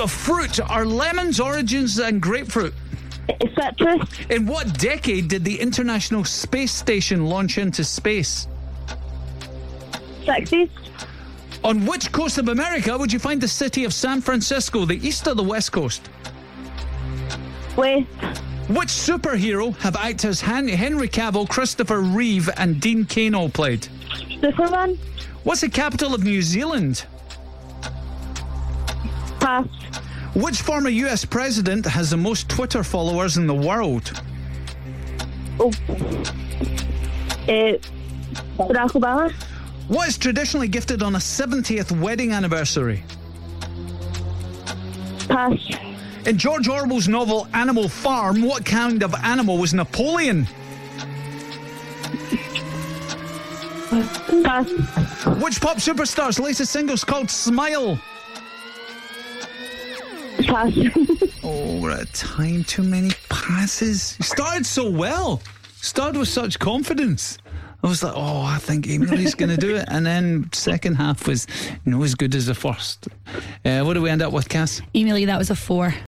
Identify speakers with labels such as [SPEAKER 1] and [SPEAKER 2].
[SPEAKER 1] of fruit are lemons, oranges, and grapefruit?
[SPEAKER 2] Citrus,
[SPEAKER 1] In what decade did the International Space Station launch into space?
[SPEAKER 2] 60s,
[SPEAKER 1] On which coast of America would you find the city of San Francisco, the east or the west coast?
[SPEAKER 2] West,
[SPEAKER 1] Which superhero have actors Han- Henry Cavill, Christopher Reeve, and Dean Kane all played?
[SPEAKER 2] Superman,
[SPEAKER 1] What's the capital of New Zealand?
[SPEAKER 2] Pass,
[SPEAKER 1] Which former US president has the most Twitter followers in the world?
[SPEAKER 2] oh, uh, Barack Obama,
[SPEAKER 1] What is traditionally gifted on a 70th wedding anniversary?
[SPEAKER 2] Pass,
[SPEAKER 1] In George Orwell's novel Animal Farm, what kind of animal was Napoleon?
[SPEAKER 2] Pass,
[SPEAKER 1] Which pop superstar's latest single is called Smile?
[SPEAKER 2] Pass.
[SPEAKER 1] Oh, we're at time. Too many passes. You started so well. Started with such confidence. I was like, oh, I think Emily's going to do it. And then second half was no as good as the first. Uh, what do we end up with, Cass?
[SPEAKER 3] Emily, that was a four.